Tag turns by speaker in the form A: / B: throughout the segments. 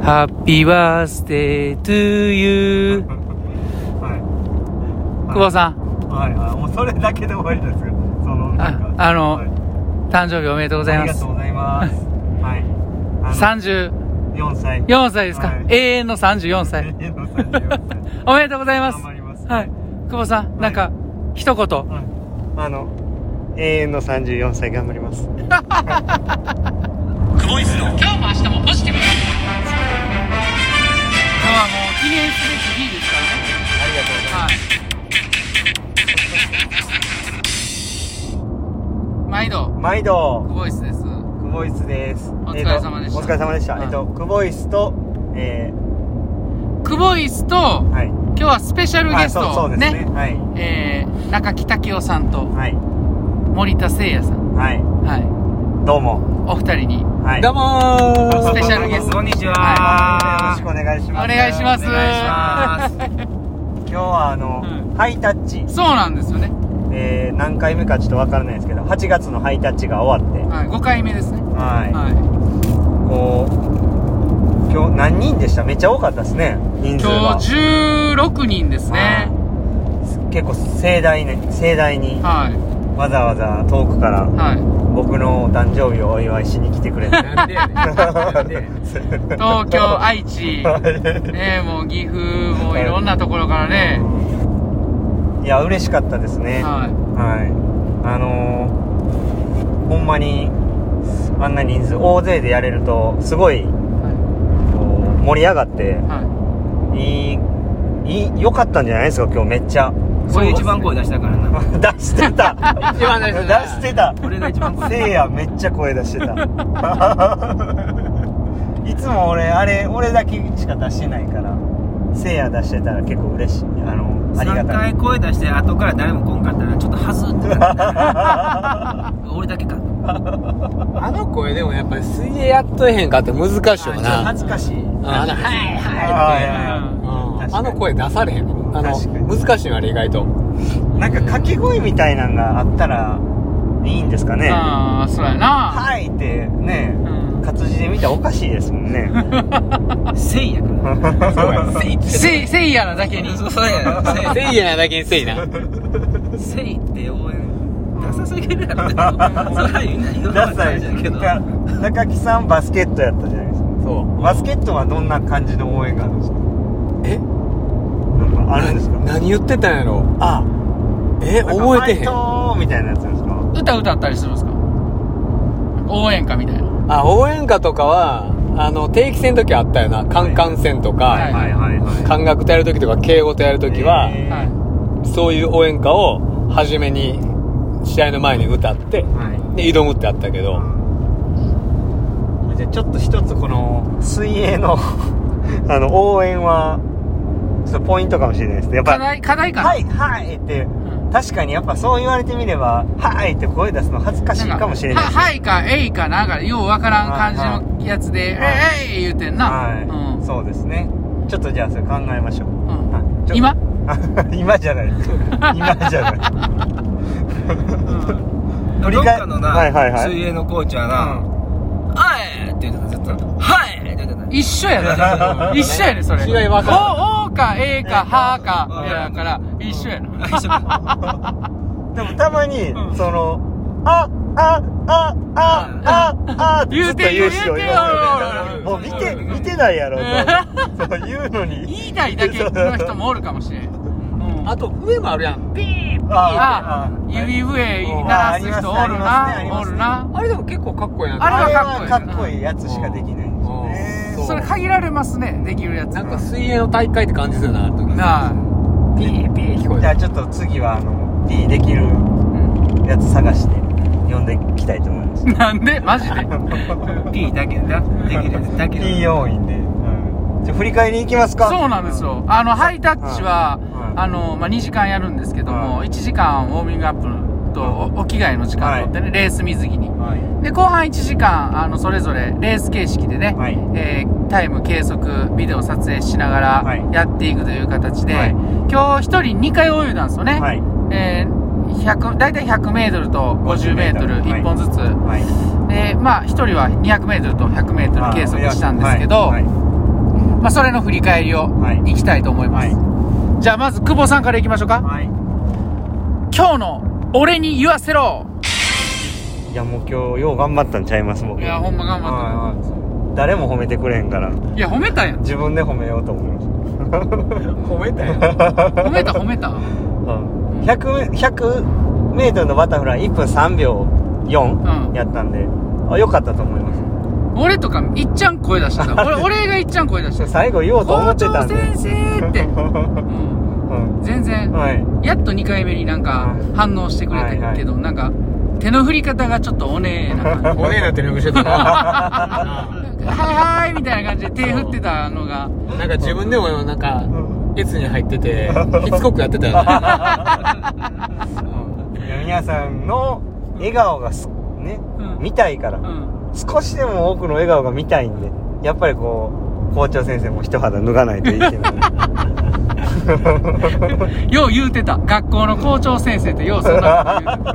A: Happy birthday to you
B: はい。
A: 久保さん
B: ん。はい、あもうそれだけで終わりですよ。そのなんか
A: ああの
B: はい
A: 誕生日おめでとうござい
B: あり
A: ま
B: が
A: す
B: とうございます。はい。あの
A: 34
B: 4歳。
A: 歳ですか、
B: はい
A: 永遠の34歳
B: 34歳。
A: おめでとうございます
B: 頑張ります。
A: はい久保さん、なんか一言
B: はい。あの、永遠の34歳頑張ります。
C: 今日も明日もポジティブ
A: 今日はもう記念すべき日ですからね
B: ありがとうござい ます。
A: はい毎度
B: 毎度、
A: ボイスです
B: クボイスです。お
A: 疲れ様でした
B: お疲れ様でした。
A: はい
B: えっと、クボイスと、え
A: 久保イスと
B: ー、はい。
A: 今日はスペシャルゲス
B: あそうそ
A: ト
B: うですね。はい。
A: えー、中木武雄さんと
B: はい。
A: 森田誠也さん
B: はい。
A: はい
B: どうも。
A: お二人に
B: はい。
D: どうもー
A: スペシャルゲスト
D: こんにちは、
B: よろ
A: は
B: しくお願いし
A: お
B: ます。
A: 願いします
D: お願いします
B: 今日はあの、
A: う
B: ハイタッチ、
A: そうなんですよね、
B: えー、何回目かちょっとわからないですけど、8月のハイタッチが終わって、
A: はい、5回目ですね
B: はい。
A: は
B: こう、今日何人でしためっちゃ多かったですね、
A: い
B: 人数
A: 今
B: が。
A: 日16人ですね
B: はい結構盛大に、盛大に、
A: は
B: わざわざ遠くから
A: いは
B: 僕のお誕生日をお祝いしに来てくれて。
D: なんでやねんなんでやねん
A: い東京愛知
B: はい
A: ねもう岐阜もういろんなところからね
B: いや、嬉しかったですね。は。
A: はい
B: あのーほんまに、あんな人数、大勢でやれると、すごい、こ
A: いは
B: う盛り上がって、
A: いはい
B: いい、いい、良かったんじゃないですか、今日めっちゃ。
D: これ一番声出したからな
B: 出してた
D: 一番出
B: 出
D: してた
B: してた
D: 俺が一番声
B: せいやめっちゃ声出してた いつも俺あれ俺だけしか出してないからせいや出してたら結構嬉しいあのありが
D: 3
B: たい
D: 回声出して後から誰も来んかったらちょっとはずってなった俺だけか
E: あの声でもやっぱり水泳やっとへんかって難しいよな。
B: 恥ずかしい
E: うんあの、
B: あ
E: はいはい
B: ー
E: う
B: いやいや
E: んあの声出されへんあの
B: 確かに
E: 難しいのあれ意外と
B: なんか掛け声みたいなんがあったらいいんですかね「
A: ああそうやな
B: はい」ってね
A: うん
B: 活字で見たらおかしいですもんね
D: せいやから
E: そ うや
D: せいって
A: せせいやなだけに
D: そうそうや
E: せいやなだけにせいな
D: せいって応援ダサすぎるやろそれは言わ
B: ダ
D: な
B: サ
D: い
B: い
D: じゃんけど
B: か高木さんバスケットやったじゃないですか
E: そう
B: バスケットはどんな感じの応援があるんですか
E: え
B: なんかあるんですか
E: な何言ってたんやろあえ覚えてへんあ
B: んみたいなやつですか
A: 歌歌ったりするんですか応援歌みたいな
E: 応援歌とかはあの定期戦の時あったよなカンカン戦と
A: はい
E: か
B: はいはいは
E: 感覚とやる時とか敬語とやる
B: い
E: 時は
B: えー
A: は
B: はい
E: そういう応援歌を初めに試合の前に歌ってで挑むってあったけど
B: いじゃあちょっと一つこの水泳の あの応援はちょっとポイントかもしれないですねやっ
A: 課
B: ぱ
A: 題課題
B: 「
A: かな
B: はいはい」って
A: うん
B: 確かにやっぱそう言われてみれば「はい」って声出すの恥ずかしい
A: なん
B: かもしれない
A: は
B: です
A: はいか、えいか、なんか、ようわからん感じのやつで、
B: はいは
A: えいえい言うてんな。
B: は
A: う
B: い
A: ん
B: そうですねちょっとじゃあそれ考えましょう
A: うん
B: はいちょ
A: 今
B: 今じゃない今じゃない
D: どっかのな、
B: はいはいはい
D: 水泳のコーチはな「はい!」って言ってたずっと「はい!」って言ってた
A: 一緒やで。 一緒やで、それ。
E: 違いわか
A: お、おか、えいか、はか、やから、一緒やな。
D: あ一緒か
B: でもたまに、
A: うん
B: その、あ、あ、あ、あ、あ、あ、
A: 言うて
B: ずっと言う人いる
A: 言うてよ
B: もう見て、見てないやろ、そうそう言うのに。
A: 言いたいだけの人もおるかもしれん。うん
E: あと上もあるやん
A: あ指笛鳴らす人おる
B: あり
A: な、お
B: ますねありますね
A: るな。
E: あれでも結構かっこいいな
A: あれ
B: あ
A: は
B: れ
A: かっこい
B: はいかっこいいやつしかできないんですよ
E: うん
B: ね。
A: それ限られますね、できるやつ。
E: なんか水泳の大会って感じするなと
A: なあ
E: ピーピー聞こえ
B: じゃあ
E: た
B: ちょっと次は、あの、P できるやつ探して、呼んでいきたいと思います。
A: なんでマジで
D: P だけなできるやつだけ
B: P
D: な
B: 要員で。うんじゃあ振り返りに行きますか
A: そうなんですよ。あの、ハイタッチは
B: はい、
A: あの、まあ、2時間やるんですけども、
B: は
A: 1時間ウォーミングアップとおお着替えの時間を取ってね、レース水着に。
B: はい。
A: で、後半1時間、あの、それぞれレース形式でね、
B: はい
A: えータイム計測、ビデオ撮影しながら
B: はい
A: やっていくという形で、
B: はい
A: 今日1人2回泳いだんですよね。
B: はい。
A: えー100大体100メートルと50メートル
B: 50
A: 1本ずつ、
B: はい。
A: でまあ1人は200メートルと100メートル計測したんですけど、
B: はいはい
A: まあ、それの振り返りを
B: はい
A: いきたいと思います、じゃあまず久保さんからいきましょうか
B: はい
A: 今日の俺に言わせろ
B: いやもう今日よう頑張ったんちゃいます僕
A: いやほんま頑張っ
B: はいはい誰も褒めてくれへんから
A: たいや褒めたやん
B: 自分で褒めようと思いま し
E: 褒めたよ
A: 褒めた褒めた
B: た 100, 100メートルのバタフライ1分3秒
A: う
B: 4
A: ん
B: やったんで、あよかったと思います
A: 俺とかいっちゃん声出してた俺俺がいっちゃん声出してた
B: 最後言おうと思
A: 校
B: ってた
A: 長
B: んで
A: 先生って、
B: う
A: うん、
B: ん
A: 全然
B: はい
A: やっと2回目になんか反応してくれてるけど、なんか手の振り方がちょっとおねえな 感じ
E: おねえな手拭いしてたな
A: はいはいみたいな感じで手振ってたのが
E: なんか自分でもなんかエツに入っ ててしつこくやってたよな
B: いや皆さんの笑顔がすね、
A: うん
B: 見たいから、
A: うん
B: 少しでも多くの笑顔が見たいんでやっぱりこう校長先生も一肌脱がないといけない
A: よう言うてた学校の校長先生ってようそんな こと言うてた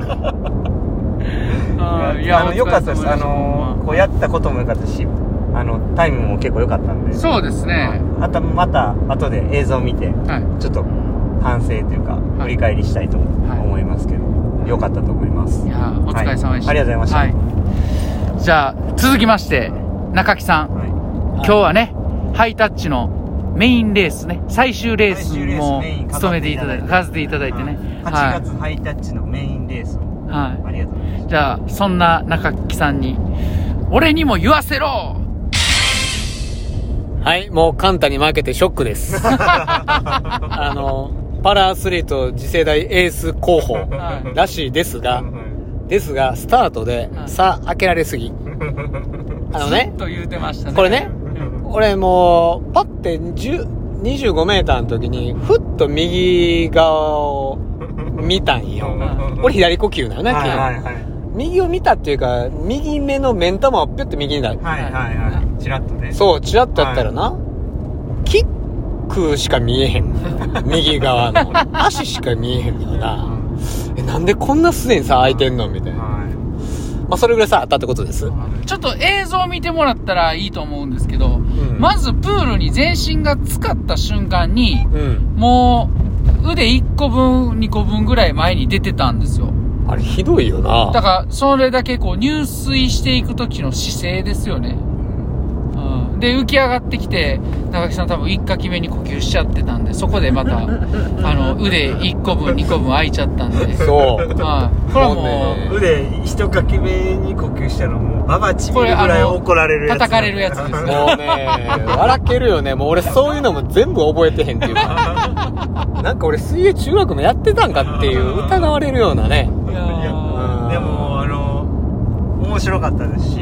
A: あーいや
B: あの良かったですあ
A: ほん
B: の
A: ま
B: こうやったことも良かったしあのタイムも結構良かったんで
A: そうですね
B: あとまた後で映像を見て
A: はい
B: ちょっと反省というか
A: い
B: 振り返りしたいと
A: はい
B: 思いますけど、良かったと思います
A: いやーお疲れ様でした、
B: はいありがとうござい
A: ました、はい、じゃあ続きまして中木さん
B: は
A: 今日はねハイタッチのメインレースね最終レースも務めていただいて
B: 飾
A: 飾っていただいてね
B: 8月ハイタッチのメインレースを
A: はい、は
B: ありがとうございます
A: い、じゃあそんな中木さんに「俺にも言わせろ!
E: はいもうカンタに負けてショックです あのパラアスリート次世代エース候補
A: はい
E: らしいですが
B: は
E: ですがスタートで
A: はい
E: 差開けられすぎあの」ね
A: と言うてましたね
E: これね俺もうパッて10 25メーターの時にふっと右側を見たんよ俺左呼吸なのね、
B: はいはいはい
E: 右を見たっていうか右目の目ん玉をピュッて右になる
B: はいはいはいチラッとね
E: そうチラッとやったらな、キックしか見えへん右側の足しか見えへんよなえなんでこんなすでにさ開いてんのみたいな、ま
B: は
E: あ、それぐらいさあったってことです
A: ちょっと映像を見てもらったらいいと思うんですけど、まずプールに全身が浸かった瞬間に
E: うん
A: もう腕1個分2個分ぐらい前に出てたんですよ
E: あれひどいよな
A: だからそれだけこう入水していく時の姿勢ですよね、うん、で浮き上がってきて高木さん多分1かき目に呼吸しちゃってたんでそこでまたあの腕1個分2個分空いちゃったんで
E: そう
A: はいこれは
E: もうね
A: も
B: い腕一かき目に呼吸したらもうババチビるぐらい怒られるやつ
A: 叩かれるやつですね
E: もうね、笑けるよね。もう俺そういうのも全部覚えてへんっていうか。なんか俺水泳中学もやってたんかっていう疑われるようなね。
A: いや
B: いや
A: ー
B: でもあの面白かったですし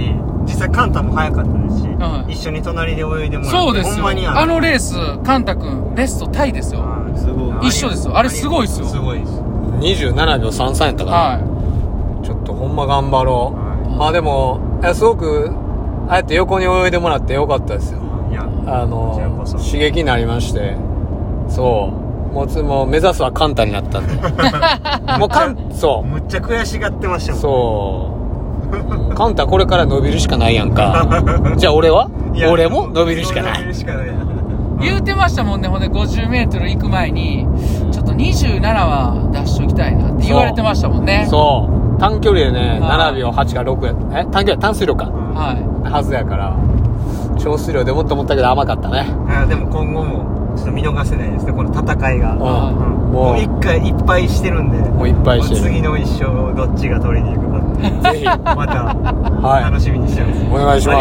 B: 実際カンタも速かったですし、
A: はい
B: 一緒に隣で泳いでもらって
A: そうです
B: ほん
A: よ
B: まに
A: あのレースカンタ君ベストタイですよ
B: はいすごい
A: 一緒ですよあれすごいですよ
B: すごいです
E: 27秒33やったから、
A: は
E: ちょっとほんま頑張ろう。
A: はい
E: まあでも、えすごく、ああやって横に泳いでもらってよかったですよ。
B: いや
E: あ
B: こちらこ
E: の
B: そ、
E: 刺激になりまして。そう。もうつ、もう目指すはカンタにな ったんで。もうカン、そう。
B: むっちゃ悔しがってましたもん
E: そう。カンタこれから伸びるしかないや んか。じゃあ俺はい
B: や
E: 俺も伸びるしかな
B: 伸び
E: い。
B: るしかない
A: い言うてましたもんねほんで 50m 行く前にちょっと27は出しときたいなって言われてましたもんね
E: そう。短距離でね、
A: はい
E: 7秒8か6や、え短距離、短水路か。
A: は
E: はずやから。長水量でもっと思ったけど甘かったね。
B: あでも今後もちょっと見逃せないですねこの戦いが、
E: うん。
A: あ
B: うん
E: も
B: もう一回いっぱいしてるんで
E: う、もういっぱいしてる。
B: 次の一生をどっちが取りに行くかっていう
E: ぜひ、
B: また
E: は
B: 楽しみにしてます、
E: い。お願いし
B: あ
E: ま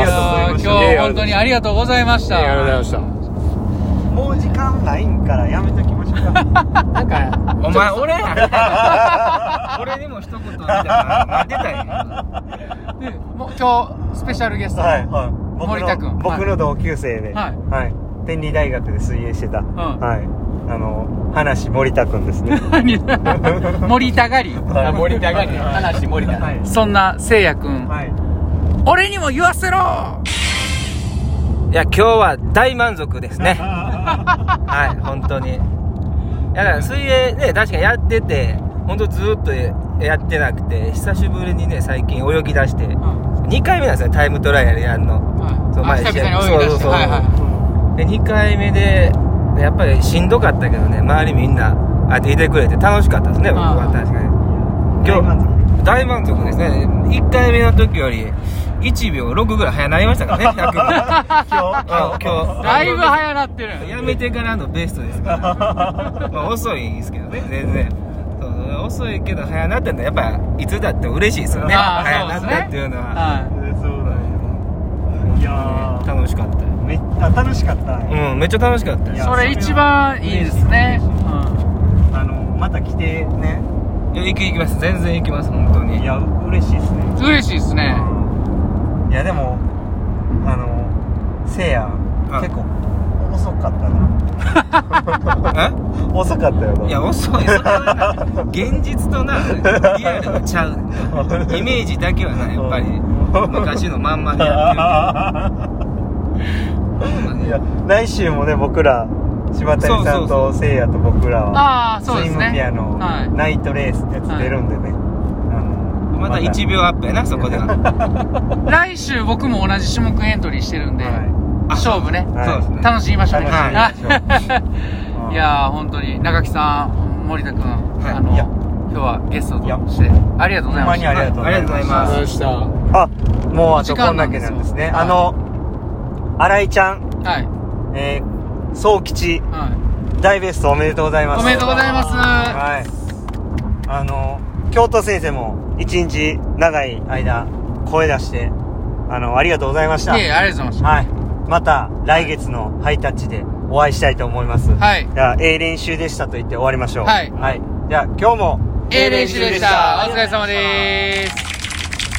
A: い
B: り
E: す。
B: が
A: やー
B: とう
A: 今日
B: ございました
A: 本当にありがとうございまし
E: ありがとうござい
A: た
E: ました。
B: もう時間ないんからやめときましょ うか
E: なんか、
D: お前俺や 俺にも一言みたいな待ってたんや
A: でもう今日スペシャルゲストの
B: はい、はい、僕の
A: 森田君
B: 僕の同級生で、
A: はい
B: はい天理大学で水泳してた、
A: ん
B: はいあの話森田君ですね
A: 森田狩り
B: はい
E: 森田がね、話森田。
B: はい
A: そんなせいやくん
B: はい
A: 俺にも言わせろ
D: いや今日は大満足です ねはい本当にいやだから水泳ね確かにやってて本当ずっとやってなくて久しぶりにね最近泳ぎ出して2回目なんですねタイムトライアルやんの
A: はい
D: そう
A: あ
D: 前
A: 久々に泳ぎ出
D: そ
A: し
D: うそう
A: て
D: そう
A: はいはい
D: で2回目でやっぱりしんどかったけどね周りみんなあっていてくれて楽しかったですね僕は確かに
B: 大満足
D: 大満足ですね1回目の時より1秒6ぐらい早なりました からね100
B: 今
D: あ今日
A: だいぶ早なってる
D: やめてからのベス トですからまあ遅いですけどね全然そう遅いけど早なってんのはやっぱいつだって嬉しいですよね
A: ああ
D: 早
A: そうで
D: な
A: す
D: っ
A: ね
D: たっていうのは、
A: は
B: 日そうだよいやー
D: 楽しかったよ
B: めっちゃ楽しかった、
D: うんめっちゃ楽しかった
B: い
A: い
B: や
D: よ
A: それ一番いいですね
B: あのまた来てね
D: いや行き行きます全然行きます本当に
B: いや嬉しいですね
A: うん嬉しいですね
B: いやでもあのせいや
D: あ
B: 結構遅かったな
D: え
B: 遅かったよない
D: や遅いそれはな現実となリアルがちゃうイメージだけはなやっぱり昔のまんまでや ってる
B: いや来週もね僕ら柴谷さん
D: そうそう
B: とせいやと僕らは
A: ああそうです
B: スイムピ
A: ね
B: アの
A: はい
B: ナイトレースってやつ出るんでね、あの
D: また1秒アップやなそこでは
A: 来週僕も同じ種目エントリーしてるんで
B: は
A: 勝負ね
B: はい
D: そうですね
A: 楽しみましょうね
B: はい
A: はい
B: 楽しい
A: いやー本当に中木さん森田君
D: い
A: あの
B: いや
A: 今日はゲストと
B: いや
A: してありがとう
B: ほ
A: ござい
B: んま
A: まし
B: に
A: た
B: ありがとうございま
D: ありがとうござい
B: す、
D: ます
E: どうした
B: あもうあと
A: 時
B: こ
A: 間
B: ん
A: な
B: だ
A: ん
B: け
A: ですよ
B: なんですね
A: はい
B: あの新井ちゃん
A: はい
B: えー総吉
A: は
B: 大ベストおめでとうございます
A: いおめでとうございます
B: はいあの京都先生も一日長い間声出してあのありがとうございました
A: いえいえありがとうございま
B: はいまた来月のハイタッチでお会いしたいと思います
A: したはい
B: じゃあ、ええ練習でしたと言って終わりましょう。
A: はい
B: はい。じゃあ、今日も、
A: A 練習でしたお疲れ様
B: す。
A: です